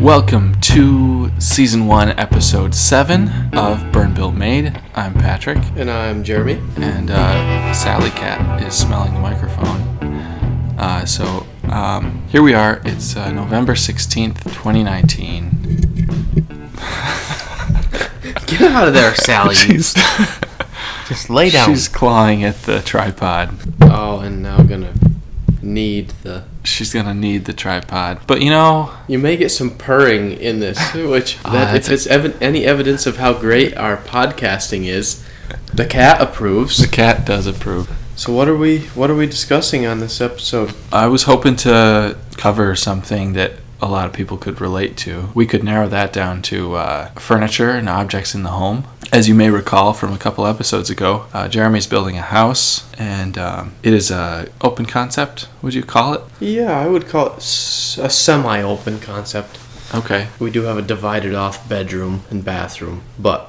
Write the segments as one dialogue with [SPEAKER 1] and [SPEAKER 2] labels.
[SPEAKER 1] Welcome to season one, episode seven of Burn Built Made. I'm Patrick,
[SPEAKER 2] And I'm Jeremy.
[SPEAKER 1] and uh, Sally Cat is smelling the microphone. Uh, so um, here we are. It's uh, November sixteenth, twenty nineteen.
[SPEAKER 2] Get out of there, Sally.
[SPEAKER 1] She's
[SPEAKER 3] Just lay down.
[SPEAKER 1] she's clawing at the tripod.
[SPEAKER 2] Oh, and now I'm gonna need the.
[SPEAKER 1] She's gonna need the tripod, but you know,
[SPEAKER 2] You may get some purring in this, which
[SPEAKER 1] Ah,
[SPEAKER 2] that
[SPEAKER 1] that's
[SPEAKER 2] if it's ev- any evidence of how great our podcasting is, the cat approves.
[SPEAKER 1] the cat does approve.
[SPEAKER 2] So what are we what are we discussing on this episode?
[SPEAKER 1] I was hoping to cover something that a lot of people could relate to. We could narrow that down to uh, furniture and objects in the home. As you may recall from a couple episodes ago, uh, Jeremy's building a house, and um, it is a open concept. Would you call it?
[SPEAKER 2] Yeah, I would call it s- a semi-open concept.
[SPEAKER 1] Okay.
[SPEAKER 2] We do have a divided off bedroom and bathroom, but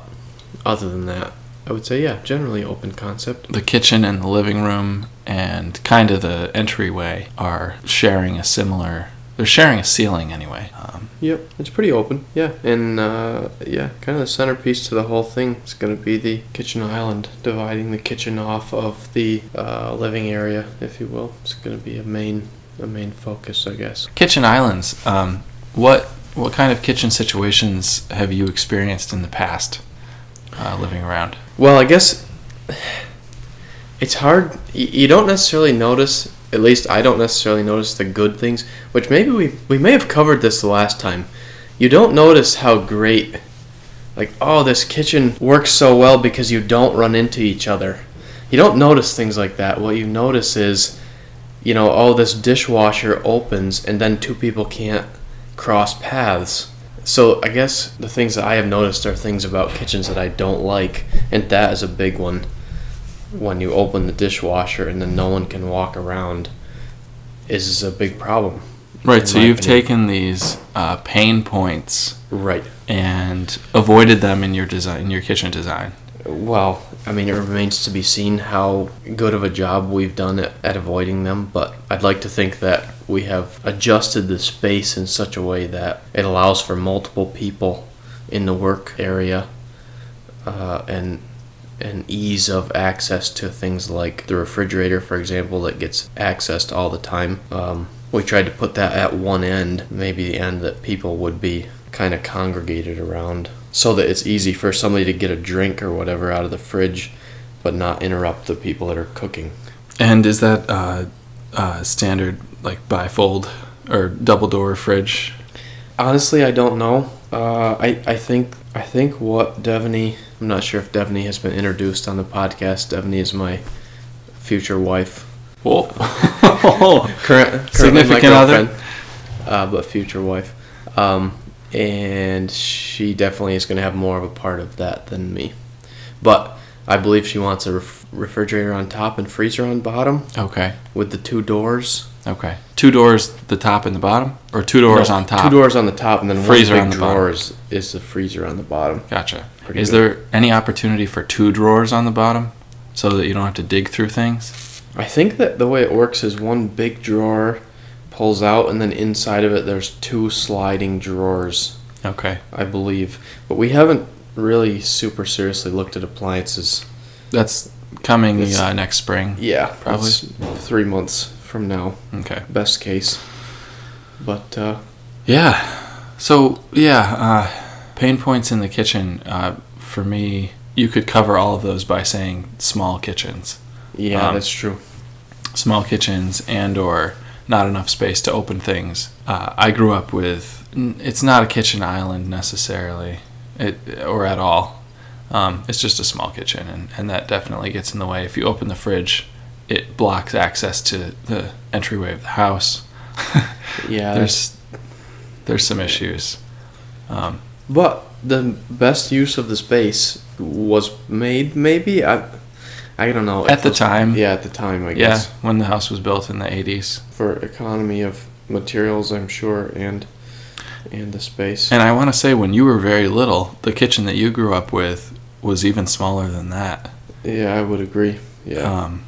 [SPEAKER 2] other than that, I would say yeah, generally open concept.
[SPEAKER 1] The kitchen and the living room and kind of the entryway are sharing a similar. They're sharing a ceiling anyway. Um,
[SPEAKER 2] Yep, it's pretty open. Yeah, and uh, yeah, kind of the centerpiece to the whole thing is going to be the kitchen island, dividing the kitchen off of the uh, living area, if you will. It's going to be a main a main focus, I guess.
[SPEAKER 1] kitchen islands. Um, what what kind of kitchen situations have you experienced in the past uh, living around?
[SPEAKER 2] Well, I guess it's hard. You, you don't necessarily notice. At least I don't necessarily notice the good things, which maybe we we may have covered this the last time. You don't notice how great, like oh, this kitchen works so well because you don't run into each other. You don't notice things like that. What you notice is, you know, oh, this dishwasher opens and then two people can't cross paths. So I guess the things that I have noticed are things about kitchens that I don't like, and that is a big one. When you open the dishwasher and then no one can walk around, is a big problem.
[SPEAKER 1] Right.
[SPEAKER 2] in
[SPEAKER 1] So
[SPEAKER 2] my
[SPEAKER 1] you've
[SPEAKER 2] opinion.
[SPEAKER 1] taken these uh, pain points
[SPEAKER 2] Right.
[SPEAKER 1] and avoided them in your design, in your kitchen design.
[SPEAKER 2] Well, I mean, it remains to be seen how good of a job we've done at, at avoiding them, but I'd like to think that we have adjusted the space in such a way that it allows for multiple people in the work area uh, and an ease of access to things like the refrigerator, for example, that gets accessed all the time. Um, we tried to put that at one end, maybe the end that people would be kind of congregated around, so that it's easy for somebody to get a drink or whatever out of the fridge, but not interrupt the people that are cooking.
[SPEAKER 1] And is that uh, uh, standard like bifold or double door fridge?
[SPEAKER 2] Honestly, I don't know. Uh, I I think I think what Devaney. I'm not sure if Devaney has been introduced on the podcast. Devaney is my future wife.
[SPEAKER 1] Whoa. Significant
[SPEAKER 2] current significant
[SPEAKER 1] other?
[SPEAKER 2] other, uh, but future wife, um, and she definitely is going to have more of a part of that than me. But I believe she wants a ref- refrigerator on top and freezer on bottom
[SPEAKER 1] okay.
[SPEAKER 2] with the two doors.
[SPEAKER 1] Okay. Two doors, the top and the bottom, or two doors
[SPEAKER 2] No,
[SPEAKER 1] on top.
[SPEAKER 2] Two doors on the top, and then
[SPEAKER 1] Freezer
[SPEAKER 2] one
[SPEAKER 1] on
[SPEAKER 2] big
[SPEAKER 1] the bottom.
[SPEAKER 2] drawer is, is the freezer on the bottom.
[SPEAKER 1] Gotcha.
[SPEAKER 2] Pretty
[SPEAKER 1] is
[SPEAKER 2] good.
[SPEAKER 1] there any opportunity for two drawers on the bottom so that you don't have to dig through things?
[SPEAKER 2] I think that the way it works is one big drawer pulls out, and then inside of it there's two sliding drawers.
[SPEAKER 1] Okay.
[SPEAKER 2] I believe. But we haven't really super seriously looked at appliances.
[SPEAKER 1] That's coming
[SPEAKER 2] It's-
[SPEAKER 1] uh, next spring.
[SPEAKER 2] Yeah,
[SPEAKER 1] Probably.
[SPEAKER 2] it's three months from now,
[SPEAKER 1] Okay.
[SPEAKER 2] best case. But uh,
[SPEAKER 1] Yeah. So, yeah, uh, pain points in the kitchen. Uh, for me, you could cover all of those by saying small kitchens.
[SPEAKER 2] yeah,
[SPEAKER 1] Um,
[SPEAKER 2] that's true.
[SPEAKER 1] Small kitchens and or not enough space to open things. Uh, I grew up with, n- it's not a kitchen island necessarily, it, or at all. Um, it's just a small kitchen, and, and that definitely gets in the way. If you open the fridge, it blocks access to the entryway of the house.
[SPEAKER 2] Yeah, that's,
[SPEAKER 1] There's there's some issues. Um,
[SPEAKER 2] but the best use of the space was made. Maybe I, I don't know.
[SPEAKER 1] at the
[SPEAKER 2] It was-
[SPEAKER 1] time,
[SPEAKER 2] Yeah, at the time, I
[SPEAKER 1] yeah,
[SPEAKER 2] guess
[SPEAKER 1] when the house was built in the 80s.
[SPEAKER 2] for economy of materials, I'm sure, and and the space.
[SPEAKER 1] And I want to say, when you were very little, the kitchen that you grew up with was even smaller than that.
[SPEAKER 2] yeah, I would agree. Yeah,
[SPEAKER 1] Um,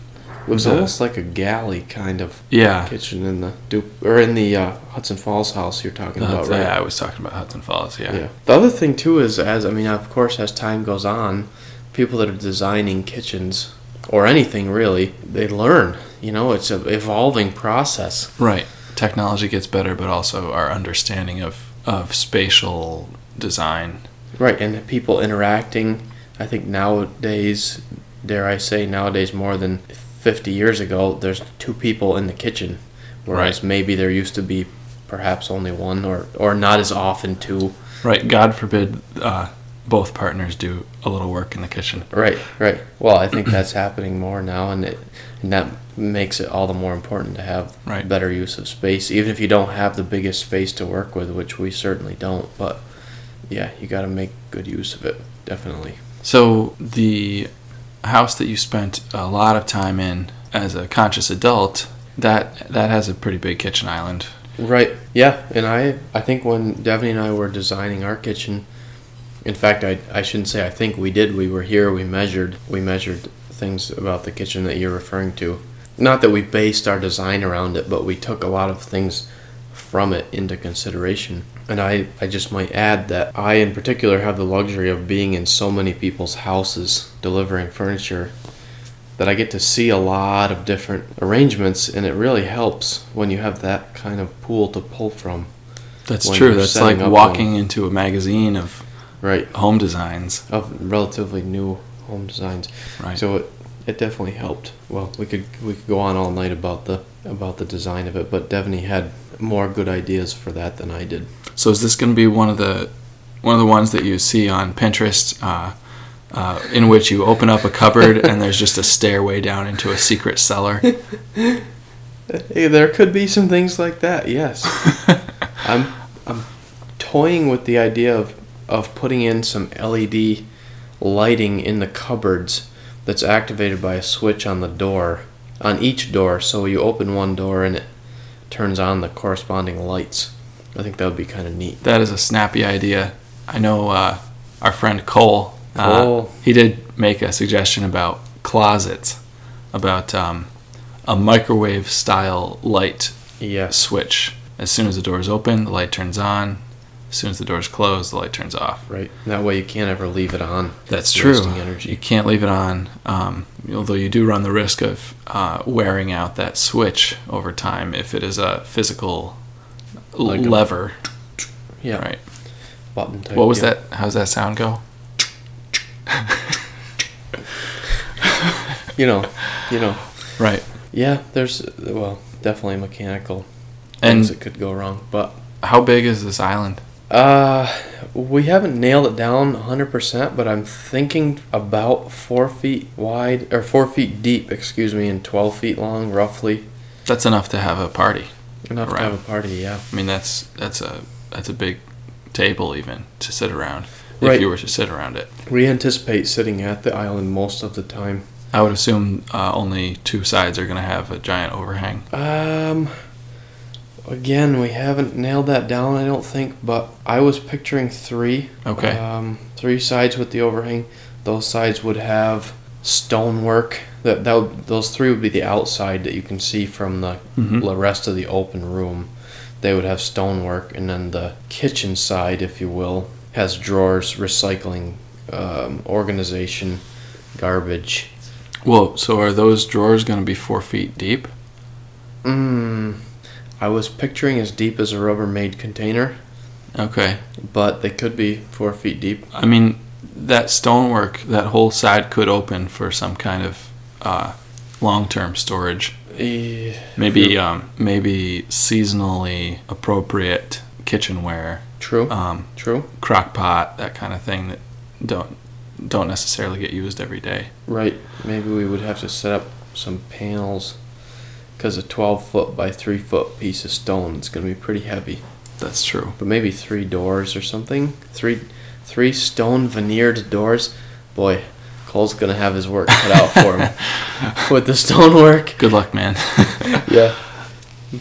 [SPEAKER 2] looks
[SPEAKER 1] The-
[SPEAKER 2] almost like a galley kind of
[SPEAKER 1] Yeah,
[SPEAKER 2] kitchen in the Duke or in the uh, Hudson Falls house you're talking
[SPEAKER 1] that's,
[SPEAKER 2] about, right?
[SPEAKER 1] yeah. I was talking about Hudson Falls. Yeah,
[SPEAKER 2] Yeah. The other thing too is as I mean, of course, as time goes on, people that are designing kitchens or anything really, they learn. You know, it's an evolving process.
[SPEAKER 1] right. Technology gets better, but also our understanding of of spatial design.
[SPEAKER 2] Right, and people interacting. I think nowadays, dare I say, nowadays more than 50 years ago, there's two people in the kitchen, whereas maybe there used to be perhaps only one or or not as often two.
[SPEAKER 1] Right. God forbid uh, both partners do a little work in the kitchen.
[SPEAKER 2] Right, right. Well, I think that's happening more now, and it and that makes it all the more important to have
[SPEAKER 1] Right.
[SPEAKER 2] better use of space, even if you don't have the biggest space to work with, which we certainly don't. But yeah, you got to make good use of it, definitely.
[SPEAKER 1] So the house that you spent a lot of time in as a conscious adult, that that has a pretty big kitchen island.
[SPEAKER 2] Right. Yeah, and I I think when Devney and I were designing our kitchen, in fact I I shouldn't say I think we did. We were here. We measured. We measured things about the kitchen that you're referring to. Not that we based our design around it, but we took a lot of things from it into consideration. And I I just might add that I in particular have the luxury of being in so many people's houses delivering furniture that I get to see a lot of different arrangements, and it really helps when you have that kind of pool to pull from.
[SPEAKER 1] That's
[SPEAKER 2] When
[SPEAKER 1] true.
[SPEAKER 2] you're
[SPEAKER 1] That's
[SPEAKER 2] setting
[SPEAKER 1] like
[SPEAKER 2] up
[SPEAKER 1] walking into a magazine of
[SPEAKER 2] Right.
[SPEAKER 1] home designs.
[SPEAKER 2] Of relatively new home designs.
[SPEAKER 1] Right.
[SPEAKER 2] So it, it definitely helped. Well, we could we could go on all night about the about the design of it, but Devaney had more good ideas for that than I did.
[SPEAKER 1] So is this going to be one of the one of the ones that you see on Pinterest, uh, uh, in which you open up a cupboard and there's just a stairway down into a secret cellar?
[SPEAKER 2] Hey, there could be some things like that. Yes. I'm I'm toying with the idea of of putting in some LED lighting in the cupboards that's activated by a switch on the door on each door so you open one door and it turns on the corresponding lights. I think that would be kind of neat.
[SPEAKER 1] That is a snappy idea. I know uh, our friend Cole. uh,
[SPEAKER 2] Cole.
[SPEAKER 1] he did make a suggestion about closets, about um, a microwave style light
[SPEAKER 2] Yes.
[SPEAKER 1] switch. As soon as the door is open, the light turns on. As soon as the door is closed, the light turns off.
[SPEAKER 2] Right. That way you can't ever leave it on.
[SPEAKER 1] That's true.
[SPEAKER 2] Wasting energy.
[SPEAKER 1] You can't leave it on, um, although you do run the risk of uh, wearing out that switch over time if it is a physical l-
[SPEAKER 2] Like a-
[SPEAKER 1] lever.
[SPEAKER 2] Yeah.
[SPEAKER 1] Right.
[SPEAKER 2] Button type
[SPEAKER 1] What was
[SPEAKER 2] deal.
[SPEAKER 1] that? How's that sound go?
[SPEAKER 2] You know. You know.
[SPEAKER 1] Right.
[SPEAKER 2] Yeah, there's well, definitely mechanical
[SPEAKER 1] And
[SPEAKER 2] things that could go wrong, but
[SPEAKER 1] how big is this island?
[SPEAKER 2] Uh, we haven't nailed it down 100%, but I'm thinking about four feet wide or four feet deep, excuse me, and 12 feet long, roughly.
[SPEAKER 1] That's enough to have a party.
[SPEAKER 2] Enough
[SPEAKER 1] Right.
[SPEAKER 2] to have a party, yeah.
[SPEAKER 1] I mean, that's that's a that's a big table even to sit around if
[SPEAKER 2] Right.
[SPEAKER 1] you were to sit around it.
[SPEAKER 2] We anticipate sitting at the island most of the time.
[SPEAKER 1] I would assume uh, only two sides are going to have a giant overhang.
[SPEAKER 2] Um, again, we haven't nailed that down, I don't think, but I was picturing three.
[SPEAKER 1] Okay.
[SPEAKER 2] Um, three sides with the overhang. Those sides would have stonework. That that would, those three would be the outside that you can see from the
[SPEAKER 1] Mhm.
[SPEAKER 2] the rest of the open room. They would have stonework, and then the kitchen side, if you will, has drawers, recycling, um, organization, garbage.
[SPEAKER 1] Well, so are those drawers going to be four feet deep?
[SPEAKER 2] Mm, I was picturing as deep as a Rubbermaid container,
[SPEAKER 1] Okay.
[SPEAKER 2] but they could be four feet deep.
[SPEAKER 1] I mean, that stonework, that whole side could open for some kind of uh, long-term storage.
[SPEAKER 2] Eh,
[SPEAKER 1] Maybe um, maybe seasonally appropriate kitchenware,
[SPEAKER 2] True.
[SPEAKER 1] um,
[SPEAKER 2] True.
[SPEAKER 1] crock pot, that kind of thing that don't don't necessarily get used every day.
[SPEAKER 2] Right. Maybe we would have to set up some panels because a 12 foot by 3 foot piece of stone is going to be pretty heavy.
[SPEAKER 1] That's true.
[SPEAKER 2] But maybe three doors or something. Three, three stone veneered doors. Boy, Cole's going to have his work cut out for him with the stonework.
[SPEAKER 1] Good luck, man.
[SPEAKER 2] Yeah.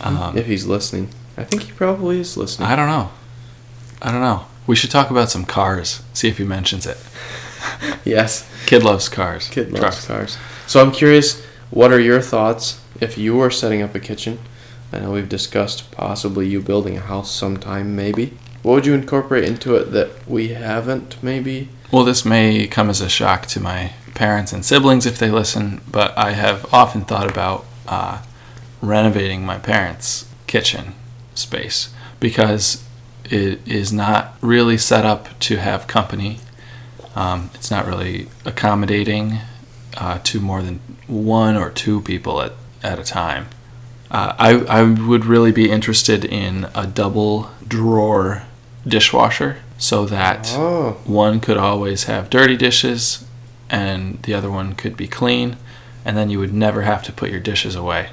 [SPEAKER 1] Um,
[SPEAKER 2] if he's listening, I think he probably is listening.
[SPEAKER 1] I don't know. I don't know. We should talk about some cars. See if he mentions it.
[SPEAKER 2] yes.
[SPEAKER 1] Kid loves cars.
[SPEAKER 2] Kid loves
[SPEAKER 1] Trucks.
[SPEAKER 2] cars. So I'm curious What are your thoughts if you were setting up a kitchen? I know we've discussed possibly you building a house sometime, maybe. What would you incorporate into it that we haven't, maybe?
[SPEAKER 1] Well, this may come as a shock to my parents and siblings if they listen, but I have often thought about uh, renovating my parents' kitchen space because it is not really set up to have company. Um, it's not really accommodating uh, to more than one or two people at, at a time. Uh, I, I would really be interested in a double drawer dishwasher so that
[SPEAKER 2] Oh.
[SPEAKER 1] one could always have dirty dishes and the other one could be clean and then you would never have to put your dishes away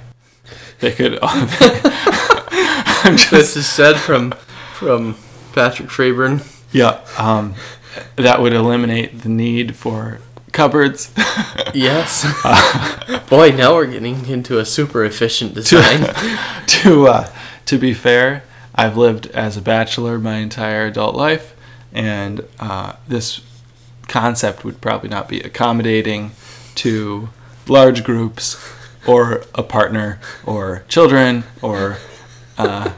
[SPEAKER 1] they could I'm just,
[SPEAKER 2] This is said from from Patrick Fraburn.
[SPEAKER 1] yeah um, that would eliminate the need for cupboards
[SPEAKER 2] Yes. Boy, now we're getting into a super efficient design.
[SPEAKER 1] to uh, to be fair, I've lived as a bachelor my entire adult life, and uh, this concept would probably not be accommodating to large groups or a partner or children or. Uh,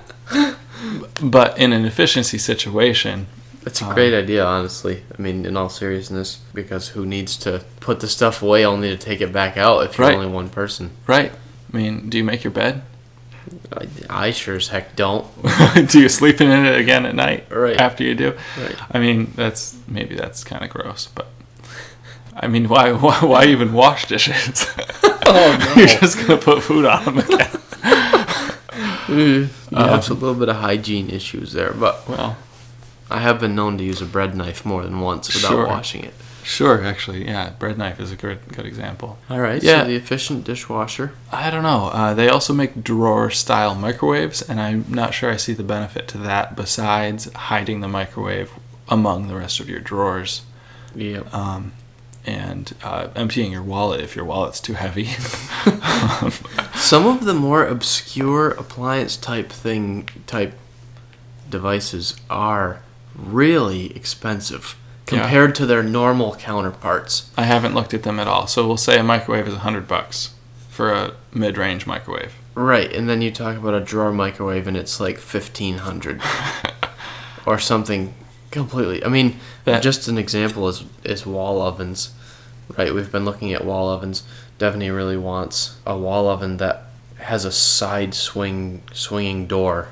[SPEAKER 1] but in an efficiency situation,
[SPEAKER 2] That's a great idea, honestly. I mean, in all seriousness, because who needs to put the stuff away only to take it back out if you're
[SPEAKER 1] Right.
[SPEAKER 2] only one person?
[SPEAKER 1] right? I mean, do you make your bed?
[SPEAKER 2] I, I sure as heck don't.
[SPEAKER 1] do you sleep in it again at night
[SPEAKER 2] Right.
[SPEAKER 1] after you do?
[SPEAKER 2] Right.
[SPEAKER 1] I mean, that's maybe that's kind of gross, but I mean, why why, why even wash dishes?
[SPEAKER 2] Oh,
[SPEAKER 1] You're just gonna put food on them again.
[SPEAKER 2] you have Uh, a little bit of hygiene issues there, but
[SPEAKER 1] well,
[SPEAKER 2] I have been known to use a bread knife more than once without
[SPEAKER 1] Sure.
[SPEAKER 2] washing it.
[SPEAKER 1] sure, actually, yeah, bread knife is a good good example.
[SPEAKER 2] All right,
[SPEAKER 1] Yeah.
[SPEAKER 2] so the efficient dishwasher.
[SPEAKER 1] I don't know. Uh, they also make drawer style microwaves, and I'm not sure I see the benefit to that besides hiding the microwave among the rest of your drawers
[SPEAKER 2] Yeah.
[SPEAKER 1] um, and uh, emptying your wallet if your wallet's too heavy.
[SPEAKER 2] Some of the more obscure appliance type thing type devices are really expensive
[SPEAKER 1] Yeah.
[SPEAKER 2] compared to their normal counterparts.
[SPEAKER 1] I haven't looked at them at all. So we'll say a microwave is 100 bucks for a mid-range microwave.
[SPEAKER 2] Right, and then you talk about a drawer microwave and it's like 1500 or something completely. I mean,
[SPEAKER 1] That-
[SPEAKER 2] just an example is is wall ovens. Right, we've been looking at wall ovens. Devaney really wants a wall oven that has a side swing swinging door,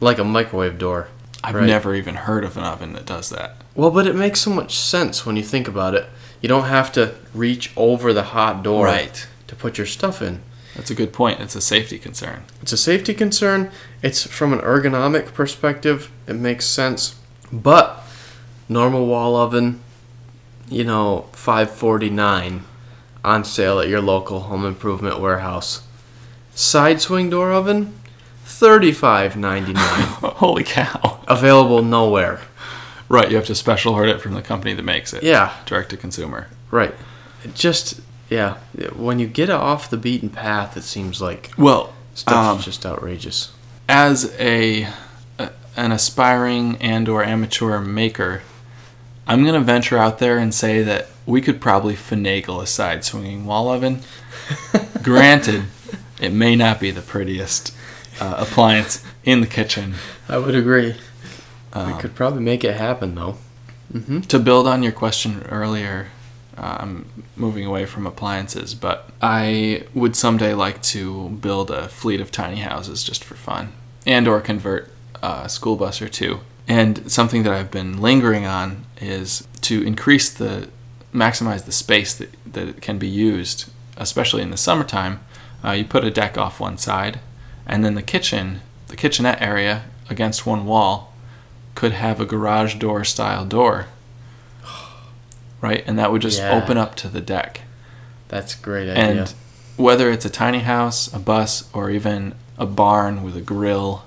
[SPEAKER 2] like a microwave door.
[SPEAKER 1] I've
[SPEAKER 2] Right.
[SPEAKER 1] never even heard of an oven that does that.
[SPEAKER 2] Well, but it makes so much sense when you think about it. You don't have to reach over the hot door
[SPEAKER 1] Right.
[SPEAKER 2] to put your stuff in.
[SPEAKER 1] That's a good point. It's a safety concern.
[SPEAKER 2] It's a safety concern. It's from an ergonomic perspective. It makes sense. But normal wall oven, you know, 549 on sale at your local home improvement warehouse. Side swing door oven, 35.99.
[SPEAKER 1] Holy cow.
[SPEAKER 2] Available nowhere.
[SPEAKER 1] Right, you have to special order it from the company that makes it.
[SPEAKER 2] Yeah.
[SPEAKER 1] Direct to consumer.
[SPEAKER 2] Right. It Just yeah, when you get off the beaten path, it seems like
[SPEAKER 1] Well,
[SPEAKER 2] stuff's
[SPEAKER 1] Um,
[SPEAKER 2] just outrageous.
[SPEAKER 1] as a, a an aspiring and or amateur maker, I'm going to venture out there and say that we could probably finagle a side swinging wall oven. Granted, it may not be the prettiest uh, appliance in the kitchen.
[SPEAKER 2] I would agree.
[SPEAKER 1] Um,
[SPEAKER 2] we could probably make it happen though.
[SPEAKER 1] to build on your question earlier, uh, I'm moving away from appliances, but I would someday like to build a fleet of tiny houses just for fun, and or convert a school bus or two. And something that I've been lingering on is to increase the, maximize the space that, that can be used, especially in the summertime. Uh, you put a deck off one side, and then the kitchen, the kitchenette area against one wall, could have a garage door style door. Right? And that would just
[SPEAKER 2] Yeah.
[SPEAKER 1] open up to the deck.
[SPEAKER 2] That's a great
[SPEAKER 1] And
[SPEAKER 2] idea.
[SPEAKER 1] whether it's a tiny house, a bus, or even a barn with a grill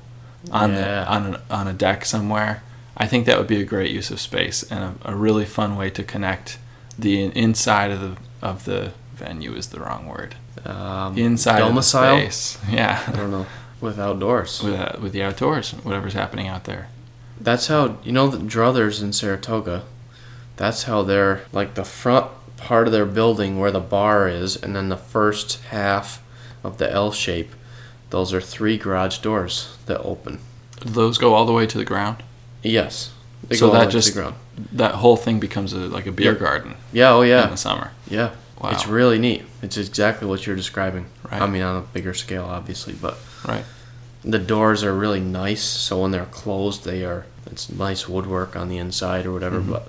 [SPEAKER 1] on
[SPEAKER 2] Yeah.
[SPEAKER 1] the on, an, on a deck somewhere, I think that would be a great use of space and a, a really fun way to connect the inside of the of the venue is the wrong word.
[SPEAKER 2] um,
[SPEAKER 1] The inside
[SPEAKER 2] domicile.
[SPEAKER 1] of the space.
[SPEAKER 2] I
[SPEAKER 1] Yeah.
[SPEAKER 2] don't know. With outdoors.
[SPEAKER 1] With, uh, with the outdoors, whatever's happening out there.
[SPEAKER 2] That's how you know the druthers in Saratoga. That's how they're like the front part of their building where the bar is, and then the first half of the L shape, those are three garage doors that open.
[SPEAKER 1] Those go all the way to the ground.
[SPEAKER 2] Yes. They
[SPEAKER 1] So
[SPEAKER 2] go
[SPEAKER 1] that
[SPEAKER 2] all the way to
[SPEAKER 1] just-
[SPEAKER 2] the ground.
[SPEAKER 1] That whole thing becomes a, like a beer
[SPEAKER 2] Yep.
[SPEAKER 1] garden
[SPEAKER 2] Yeah, oh yeah.
[SPEAKER 1] in the summer.
[SPEAKER 2] Yeah.
[SPEAKER 1] Wow.
[SPEAKER 2] It's really neat. It's exactly what you're describing.
[SPEAKER 1] Right.
[SPEAKER 2] I mean, on a bigger scale, obviously, but
[SPEAKER 1] Right.
[SPEAKER 2] the doors are really nice. So when they're closed, they are it's nice woodwork on the inside or whatever. But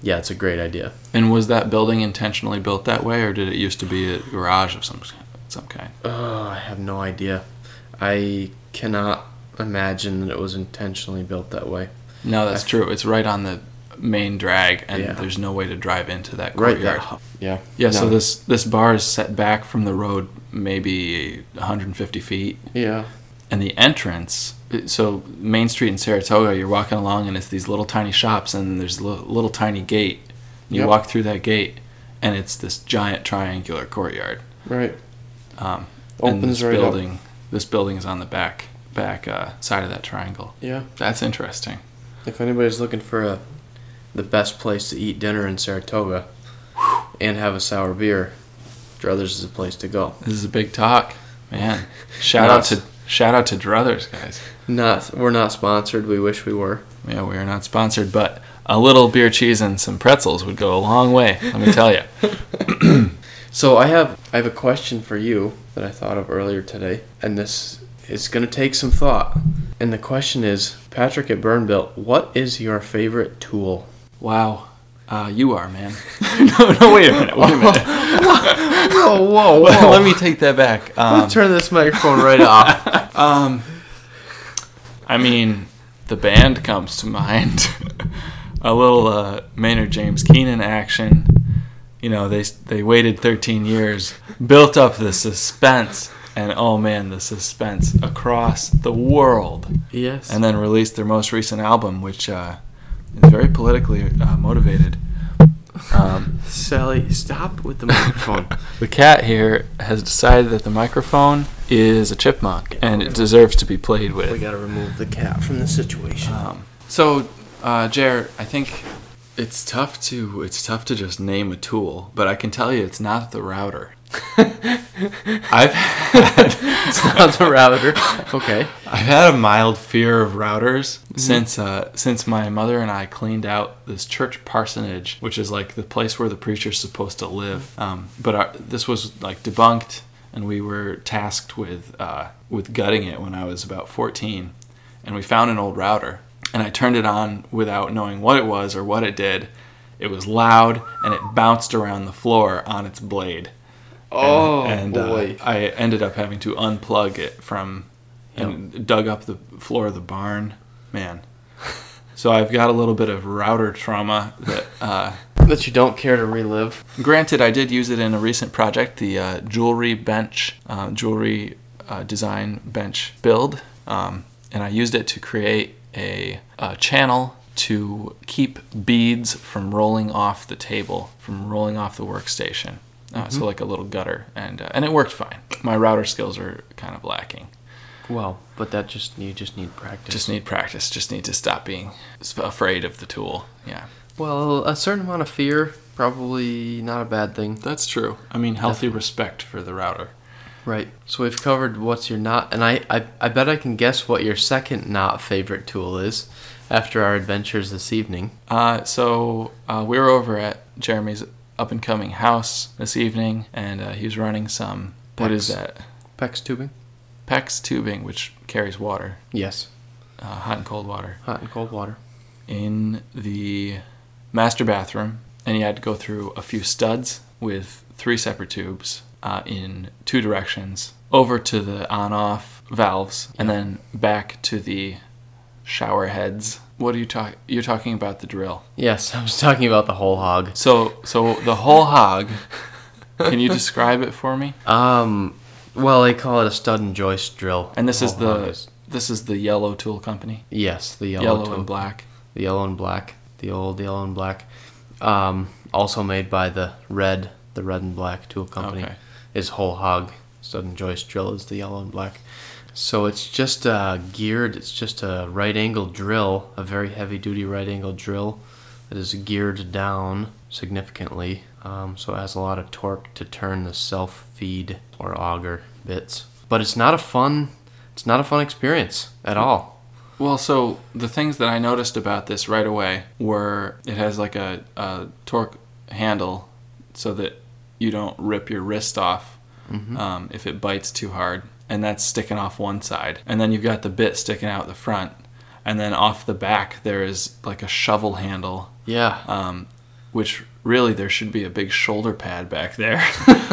[SPEAKER 2] yeah, it's a great idea.
[SPEAKER 1] And was that building intentionally built that way, or did it used to be a garage of some some kind?
[SPEAKER 2] Oh, I have no idea. I cannot imagine that it was intentionally built that way.
[SPEAKER 1] No, that's
[SPEAKER 2] I-
[SPEAKER 1] true. It's right on the main drag, and
[SPEAKER 2] Yeah.
[SPEAKER 1] there's no way to drive into that
[SPEAKER 2] Right.
[SPEAKER 1] courtyard.
[SPEAKER 2] that- yeah.
[SPEAKER 1] Yeah, so
[SPEAKER 2] no.
[SPEAKER 1] this this bar is set back from the road maybe 150 feet,
[SPEAKER 2] Yeah.
[SPEAKER 1] and the entrance. So Main Street in Saratoga, you're walking along, and it's these little tiny shops, and there's a little, little tiny gate. You
[SPEAKER 2] Yep.
[SPEAKER 1] walk through that gate, and it's this giant triangular courtyard.
[SPEAKER 2] Right.
[SPEAKER 1] Um, and
[SPEAKER 2] Opens
[SPEAKER 1] this
[SPEAKER 2] right up.
[SPEAKER 1] building, this building is on the back back uh, side of that triangle.
[SPEAKER 2] Yeah.
[SPEAKER 1] That's interesting.
[SPEAKER 2] If anybody's looking for a the best place to eat dinner in Saratoga and have a sour beer, Druthers is a place to go.
[SPEAKER 1] This is a big talk, man. Shout out to shout out to Druthers, guys.
[SPEAKER 2] Not we're not sponsored. We wish we were.
[SPEAKER 1] Yeah, we are not sponsored, but a little beer cheese and some pretzels would go a long way. Let me tell you.
[SPEAKER 2] So I have I have a question for you that I thought of earlier today, and this is going to take some thought. And the question is, Patrick at Burnbilt, what is your favorite tool?
[SPEAKER 1] Wow, uh, you are man. no, no, wait a minute. Wait a minute.
[SPEAKER 2] Whoa,
[SPEAKER 1] Oh,
[SPEAKER 2] whoa,
[SPEAKER 1] Let me take that back. Um,
[SPEAKER 2] turn this microphone right off.
[SPEAKER 1] I mean, the band comes to mind. a little uh, Maynard James Keenan action. You know, they they waited 13 years, built up the suspense, and oh man, the suspense across the world,
[SPEAKER 2] Yes.
[SPEAKER 1] and then released their most recent album, which uh, is very politically uh, motivated. Um,
[SPEAKER 2] Sally, stop with the microphone.
[SPEAKER 1] the cat here has decided that the microphone is a chipmunk, and it deserves to be played with.
[SPEAKER 2] we got to remove the cat from the situation.
[SPEAKER 1] Um, so, uh, Jer, I think it's tough to it's tough to just name a tool, but I can tell you it's not the router. I've had,
[SPEAKER 2] it's not the router. Okay. Mm-hmm.
[SPEAKER 1] I've had a mild fear of routers since uh, since my mother and I cleaned out this church parsonage, which is like the place where the preacher's supposed to live. Um, but our, this was like debunked, and we were tasked with uh, with gutting it when I was about fourteen, and we found an old router, and I turned it on without knowing what it was or what it did. It was loud, and it bounced around the floor on its blade
[SPEAKER 2] Oh
[SPEAKER 1] and uh,
[SPEAKER 2] boy.
[SPEAKER 1] I ended up having to unplug it from and dug up the floor of the barn. Man, so I've got a little bit of router trauma. That uh,
[SPEAKER 2] that you don't care to relive.
[SPEAKER 1] granted, I did use it in a recent project, the uh, jewelry bench, uh, jewelry uh, design bench build, um, and I used it to create a, a channel to keep beads from rolling off the table, from rolling off the workstation. Uh, So like a little gutter, and uh, and it worked fine. My router skills are kind of lacking.
[SPEAKER 2] Well, but that just you just need practice.
[SPEAKER 1] Just need practice. Just need to stop being s- afraid of the tool. Yeah,
[SPEAKER 2] well, a certain amount of fear probably not a bad thing.
[SPEAKER 1] that's true. I mean, healthy respect for the router.
[SPEAKER 2] Right. So we've covered what's your not, and I, I, I bet I can guess what your second not favorite tool is after our adventures this evening.
[SPEAKER 1] Uh, so uh, we were over at Jeremy's up and coming house this evening, and uh, he was running some. What is
[SPEAKER 2] Pex.
[SPEAKER 1] that?
[SPEAKER 2] Pex tubing?
[SPEAKER 1] PEX tubing, which carries water,
[SPEAKER 2] Yes.
[SPEAKER 1] uh, hot and cold water,
[SPEAKER 2] Hot and cold water.
[SPEAKER 1] in the master bathroom, and he had to go through a few studs with three separate tubes uh, in two directions over to the on off valves, and then back to the shower heads. What are you talking? You're talking about the drill.
[SPEAKER 2] Yes, I was talking about the whole hog.
[SPEAKER 1] So, so the whole hog. Can you describe it for me?
[SPEAKER 2] Um, well, they call it a stud and joist drill.
[SPEAKER 1] And this is
[SPEAKER 2] Whole hog
[SPEAKER 1] the this is the yellow tool company,
[SPEAKER 2] yes, the yellow,
[SPEAKER 1] yellow,
[SPEAKER 2] tool.
[SPEAKER 1] and black.
[SPEAKER 2] the yellow and black, the old yellow and black. Um, also made by the red, the red and black tool company,
[SPEAKER 1] Okay.
[SPEAKER 2] is whole hog. Sudden joist drill is the yellow and black. So it's just uh, geared. It's just a right angle drill, a very heavy duty right angle drill that is geared down significantly Um, so it has a lot of torque to turn the self feed or auger bits. But it's not a fun it's not a fun experience at all.
[SPEAKER 1] Well, so the things that I noticed about this right away were it has like a, a torque handle so that you don't rip your wrist off
[SPEAKER 2] Mm-hmm.
[SPEAKER 1] um, if it bites too hard. And that's sticking off one side. And then you've got the bit sticking out the front. And then off the back, there is like a shovel handle
[SPEAKER 2] Yeah.
[SPEAKER 1] um, which really there should be a big shoulder pad back there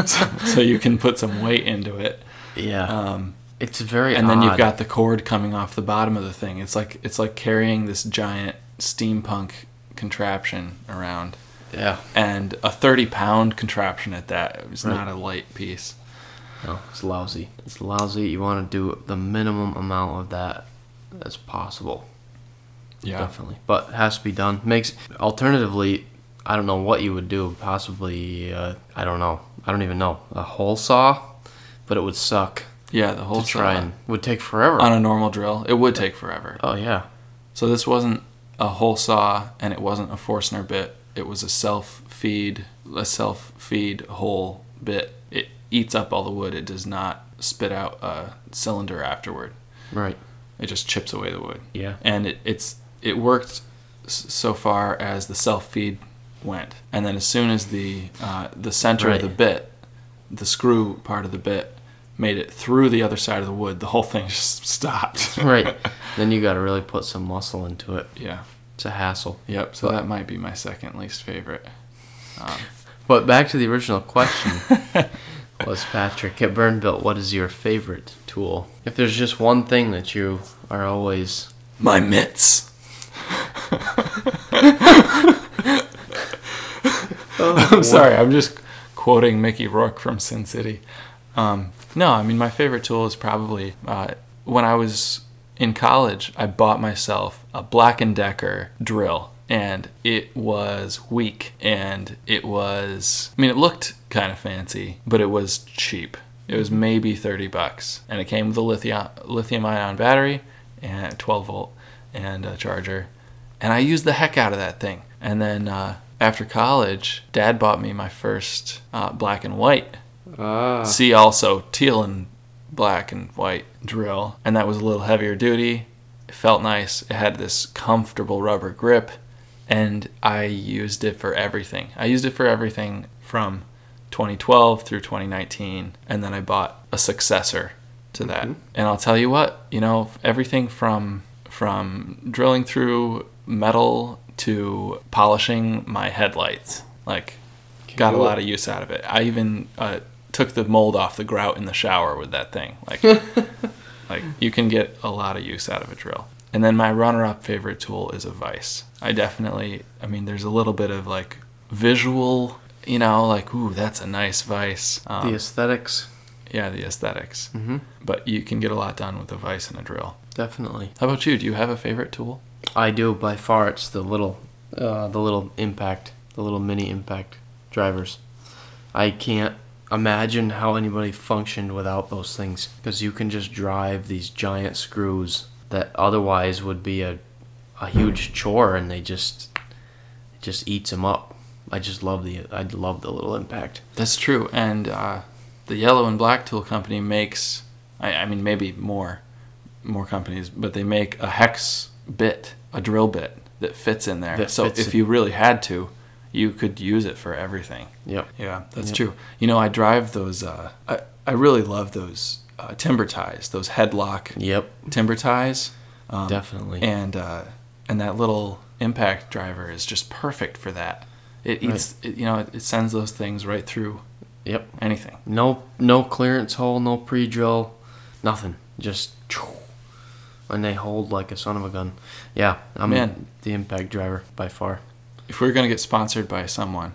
[SPEAKER 1] so, so you can put some weight into it
[SPEAKER 2] yeah.
[SPEAKER 1] um,
[SPEAKER 2] it's very
[SPEAKER 1] and then you've
[SPEAKER 2] odd.
[SPEAKER 1] got the cord coming off the bottom of the thing it's like it's like carrying this giant steampunk contraption around
[SPEAKER 2] Yeah.
[SPEAKER 1] and a 30 pound contraption at that it's not a light piece
[SPEAKER 2] No, it's lousy. It's lousy. You want to do the minimum amount of that as possible. Definitely. But it has to be done. Makes alternatively, I don't know what you would do. Possibly, uh, I don't know. I don't even know a hole saw, but it would suck
[SPEAKER 1] yeah the whole
[SPEAKER 2] to try
[SPEAKER 1] saw
[SPEAKER 2] and would take forever.
[SPEAKER 1] on a normal drill it would take forever
[SPEAKER 2] oh yeah,
[SPEAKER 1] So this wasn't a whole saw, and it wasn't a Forstner bit. It was a self feed, a self feed whole bit. It eats up all the wood. It does not spit out a cylinder afterward.
[SPEAKER 2] right.
[SPEAKER 1] It just chips away the wood.
[SPEAKER 2] Yeah.
[SPEAKER 1] And it, it's it worked s- so far as the self feed went, and then as soon as the uh, the center
[SPEAKER 2] Right.
[SPEAKER 1] of the bit, the screw part of the bit, made it through the other side of the wood, the whole thing just stopped.
[SPEAKER 2] Right. then you got to really put some muscle into it.
[SPEAKER 1] yeah.
[SPEAKER 2] It's a hassle.
[SPEAKER 1] Yep, so that might be my second least favorite.
[SPEAKER 2] But back to the original question was Patrick at Burnbuilt, what is your favorite tool? If there's just one thing that you are always
[SPEAKER 1] My mitts. I'm sorry, I'm just quoting Mickey Rourke from Sin City. Um, no, I mean, my favorite tool is probably uh, when I was in college, I bought myself a Black & Decker drill. And it was weak, and it was, I mean, it looked kind of fancy, but it was cheap. It was maybe 30 bucks. And it came with a lithium, lithium ion battery and 12 volt and a charger. And I used the heck out of that thing. And then uh, after college, dad bought me my first uh, black and white.
[SPEAKER 2] Uh,
[SPEAKER 1] See also teal and black and white drill. And that was a little heavier duty. It felt nice. It had this comfortable rubber grip. And I used it for everything. I used it for everything from 2012 through 2019. And then I bought a successor to that. And I'll tell you what, you know, everything from from drilling through metal to polishing my headlights. Like got a
[SPEAKER 2] do it.
[SPEAKER 1] lot of use out of it. I even uh, took the mold off the grout in the shower with that thing. Like like you can get a lot of use out of a drill. And then my runner-up favorite tool is a vise. I definitely, I mean, there's a little bit of like visual, you know, like ooh, that's a nice vise. Um,
[SPEAKER 2] the aesthetics.
[SPEAKER 1] yeah, the esthetics Mm-hmm. But you can get a lot done with a vise and a drill.
[SPEAKER 2] Definitely.
[SPEAKER 1] How about you? Do you have a favorite tool?
[SPEAKER 2] I do by far it's the little uh, the little impact, the little mini impact drivers. I can't imagine how anybody functioned without those things because you can just drive these giant screws that otherwise would be a a huge chore and they just it just eats them up. I just love the I love the little impact.
[SPEAKER 1] That's true. And uh, the yellow and black tool company makes, I, I mean, maybe more, more companies, but they make a hex bit, a drill bit that fits in there.
[SPEAKER 2] That
[SPEAKER 1] so
[SPEAKER 2] fits
[SPEAKER 1] if
[SPEAKER 2] in.
[SPEAKER 1] you really had to, you could use it for everything.
[SPEAKER 2] Yep.
[SPEAKER 1] Yeah, that's true. You know, I drive those. Uh, I I really love those uh, timber ties, those headlock
[SPEAKER 2] Yep.
[SPEAKER 1] timber ties. Um,
[SPEAKER 2] Definitely.
[SPEAKER 1] and uh, and that little impact driver is just perfect for that. It eats, it, you know, it, it sends those things right through
[SPEAKER 2] Yep.
[SPEAKER 1] anything.
[SPEAKER 2] No, no clearance hole, no pre-drill, nothing. Just, choo. and they hold like a son of a gun. Yeah, I'm
[SPEAKER 1] Man.
[SPEAKER 2] the impact driver by far.
[SPEAKER 1] If we're gonna get sponsored by someone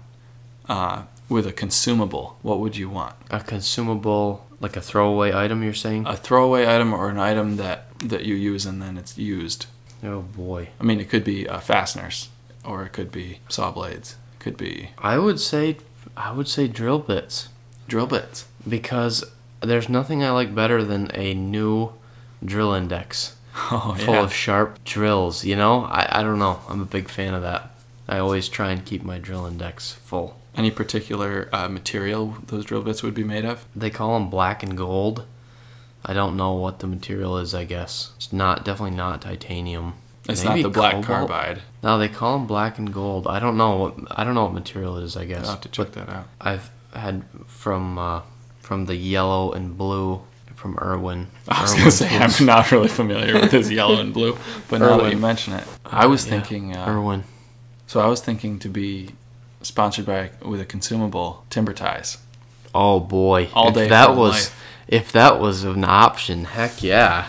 [SPEAKER 1] uh, with a consumable, what would you want?
[SPEAKER 2] A consumable, like a throwaway item, you're saying?
[SPEAKER 1] A throwaway item or an item that that you use and then it's used.
[SPEAKER 2] oh boy,
[SPEAKER 1] I mean, it could be uh, fasteners, or it could be saw blades, it could be
[SPEAKER 2] I would say, I would say drill bits
[SPEAKER 1] drill bits.
[SPEAKER 2] because there's nothing I like better than a new drill index
[SPEAKER 1] Oh
[SPEAKER 2] full of sharp drills. You know, I, I don't know. I'm a big fan of that. I always try and keep my drill index full.
[SPEAKER 1] any particular uh, material those drill bits would be made of?
[SPEAKER 2] They call them black and gold. I don't know what the material is. I guess it's not definitely not titanium.
[SPEAKER 1] It's
[SPEAKER 2] Maybe
[SPEAKER 1] not the black
[SPEAKER 2] cobalt?
[SPEAKER 1] carbide.
[SPEAKER 2] No, they call them black and gold. I don't know. What, I don't know what material it is. I guess.
[SPEAKER 1] I'll have to
[SPEAKER 2] But
[SPEAKER 1] check that out.
[SPEAKER 2] I've had from uh, from the yellow and blue from Irwin.
[SPEAKER 1] I was
[SPEAKER 2] Irwin
[SPEAKER 1] gonna say
[SPEAKER 2] Foods.
[SPEAKER 1] I'm not really familiar with his yellow and blue, but now that
[SPEAKER 2] Irwin.
[SPEAKER 1] you mention it, I was
[SPEAKER 2] Yeah.
[SPEAKER 1] thinking. Uh,
[SPEAKER 2] Irwin.
[SPEAKER 1] So I was thinking to be sponsored by with a consumable timber ties.
[SPEAKER 2] Oh boy!
[SPEAKER 1] All
[SPEAKER 2] if
[SPEAKER 1] day
[SPEAKER 2] that
[SPEAKER 1] for
[SPEAKER 2] was
[SPEAKER 1] life.
[SPEAKER 2] if that was an option, heck yeah.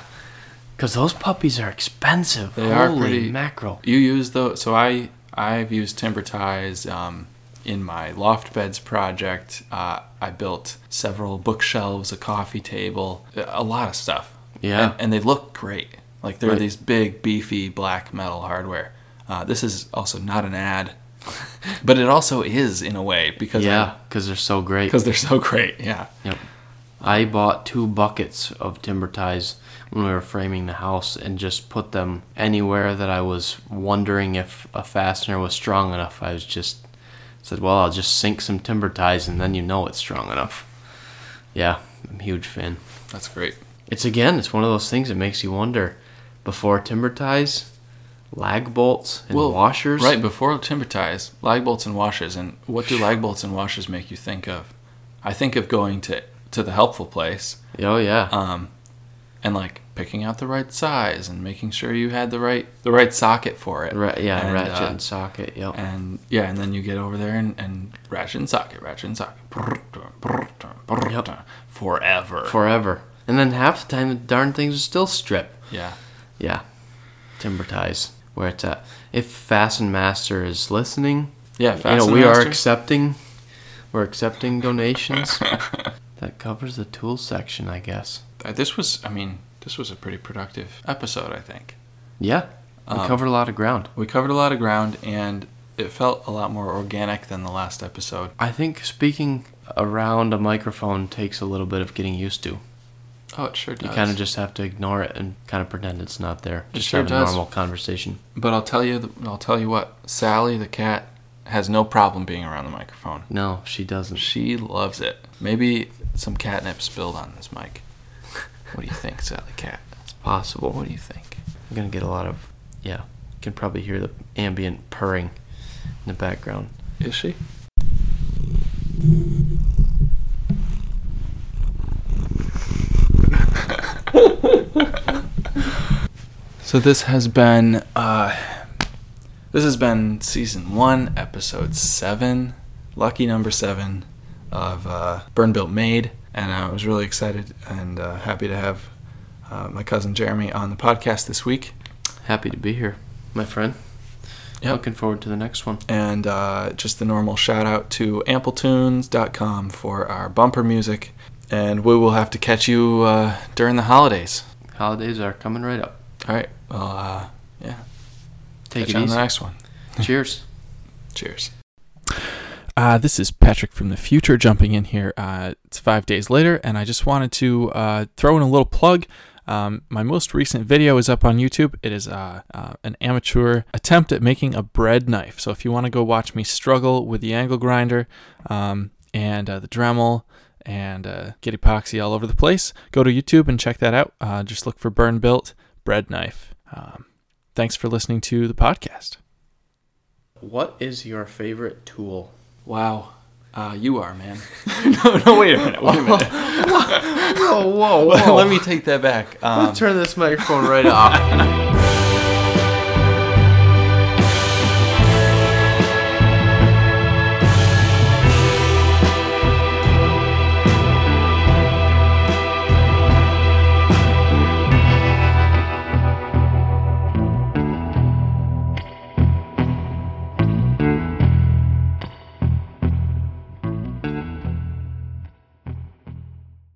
[SPEAKER 2] Because those puppies are expensive.
[SPEAKER 1] They
[SPEAKER 2] Holy
[SPEAKER 1] are pretty-
[SPEAKER 2] mackerel.
[SPEAKER 1] You use those. So I I've used timber ties um, in my loft beds project. Uh, I built several bookshelves, a coffee table, a- a lot of stuff.
[SPEAKER 2] Yeah.
[SPEAKER 1] and, and they look great. Like they're
[SPEAKER 2] Right.
[SPEAKER 1] these big, beefy black metal hardware. Uh, this is also not an ad, but it also is in a way because
[SPEAKER 2] Yeah, because they're so great.
[SPEAKER 1] because they're so great. Yeah.
[SPEAKER 2] Yep. I bought two buckets of timber ties when we were framing the house and just put them anywhere that I was wondering if a fastener was strong enough. I was just said, well, I'll just sink some timber ties and then you know it's strong enough. Yeah, I'm a huge fan.
[SPEAKER 1] That's great.
[SPEAKER 2] It's again, it's one of those things that makes you wonder. Before timber ties, lag bolts and
[SPEAKER 1] Well,
[SPEAKER 2] washers.
[SPEAKER 1] Right before timber ties, lag bolts and washers. And what do lag bolts and washers make you think of? I think of going to to the helpful place,
[SPEAKER 2] Oh yeah.
[SPEAKER 1] um, and like picking out the right size and making sure you had the right the right socket for it.
[SPEAKER 2] Ra- yeah,
[SPEAKER 1] and,
[SPEAKER 2] ratchet
[SPEAKER 1] uh,
[SPEAKER 2] and socket. Yep.
[SPEAKER 1] and yeah, and then you get over there and, and ratchet and socket, ratchet and socket, brrr, dun, brrr, dun, brrr,
[SPEAKER 2] Yep.
[SPEAKER 1] dun, forever.
[SPEAKER 2] forever. And then half the time, the darn things are still strip.
[SPEAKER 1] yeah,
[SPEAKER 2] Yeah, timber ties. Where it's at. If Fasten Master is listening,
[SPEAKER 1] yeah.
[SPEAKER 2] you
[SPEAKER 1] Fasten
[SPEAKER 2] know we are
[SPEAKER 1] Master.
[SPEAKER 2] accepting. We're accepting donations. that covers the tool section, I guess.
[SPEAKER 1] Uh, this was, I mean, this was a pretty productive episode. I think
[SPEAKER 2] Yeah, we
[SPEAKER 1] Um,
[SPEAKER 2] covered a lot of ground.
[SPEAKER 1] we covered a lot of ground, and it felt a lot more organic than the last episode.
[SPEAKER 2] I think speaking around a microphone takes a little bit of getting used to.
[SPEAKER 1] Oh, it sure does.
[SPEAKER 2] You kind of just have to ignore it and kind of pretend it's not there.
[SPEAKER 1] It
[SPEAKER 2] Just
[SPEAKER 1] sure
[SPEAKER 2] have a
[SPEAKER 1] does.
[SPEAKER 2] normal conversation.
[SPEAKER 1] But I'll tell you, th- I'll tell you what. Sally the cat has no problem being around the microphone.
[SPEAKER 2] No, she doesn't.
[SPEAKER 1] She loves it. Maybe some catnip spilled on this mic. What do you think, Sally cat?
[SPEAKER 2] It's possible.
[SPEAKER 1] What do you think?
[SPEAKER 2] I'm gonna get a lot of yeah. You can probably hear the ambient purring in the background.
[SPEAKER 1] Is she? so this has been uh, this has been season one, episode seven, lucky number seven of uh, Burn Built Made, and I was really excited and uh, happy to have uh, my cousin Jeremy on the podcast this week.
[SPEAKER 2] Happy to be here, my friend.
[SPEAKER 1] Yep.
[SPEAKER 2] Looking forward to the next one.
[SPEAKER 1] and uh, just the normal shout out to ampletunes.com for our bumper music and we will have to catch you uh, during the holidays
[SPEAKER 2] Holidays are coming right up.
[SPEAKER 1] all right well uh, yeah
[SPEAKER 2] Take
[SPEAKER 1] catch you
[SPEAKER 2] it
[SPEAKER 1] on the
[SPEAKER 2] easy.
[SPEAKER 1] next one
[SPEAKER 2] Cheers.
[SPEAKER 1] Cheers. Uh, this is Patrick from the future jumping in here. Uh, it's five days later, and I just wanted to uh, throw in a little plug. Um, my most recent video is up on YouTube. It is uh, uh, an amateur attempt at making a bread knife. So if you want to go watch me struggle with the angle grinder um, and uh, the Dremel and uh, get epoxy all over the place, go to YouTube and check that out. Uh, just look for Burn Built Bread Knife. Um, thanks for listening to the podcast.
[SPEAKER 2] What is your favorite tool?
[SPEAKER 1] Wow. Uh, you are, man. no, no, wait a minute. Wait a minute.
[SPEAKER 2] Whoa, whoa,
[SPEAKER 1] Let me take that back. Um,
[SPEAKER 2] turn this microphone right off.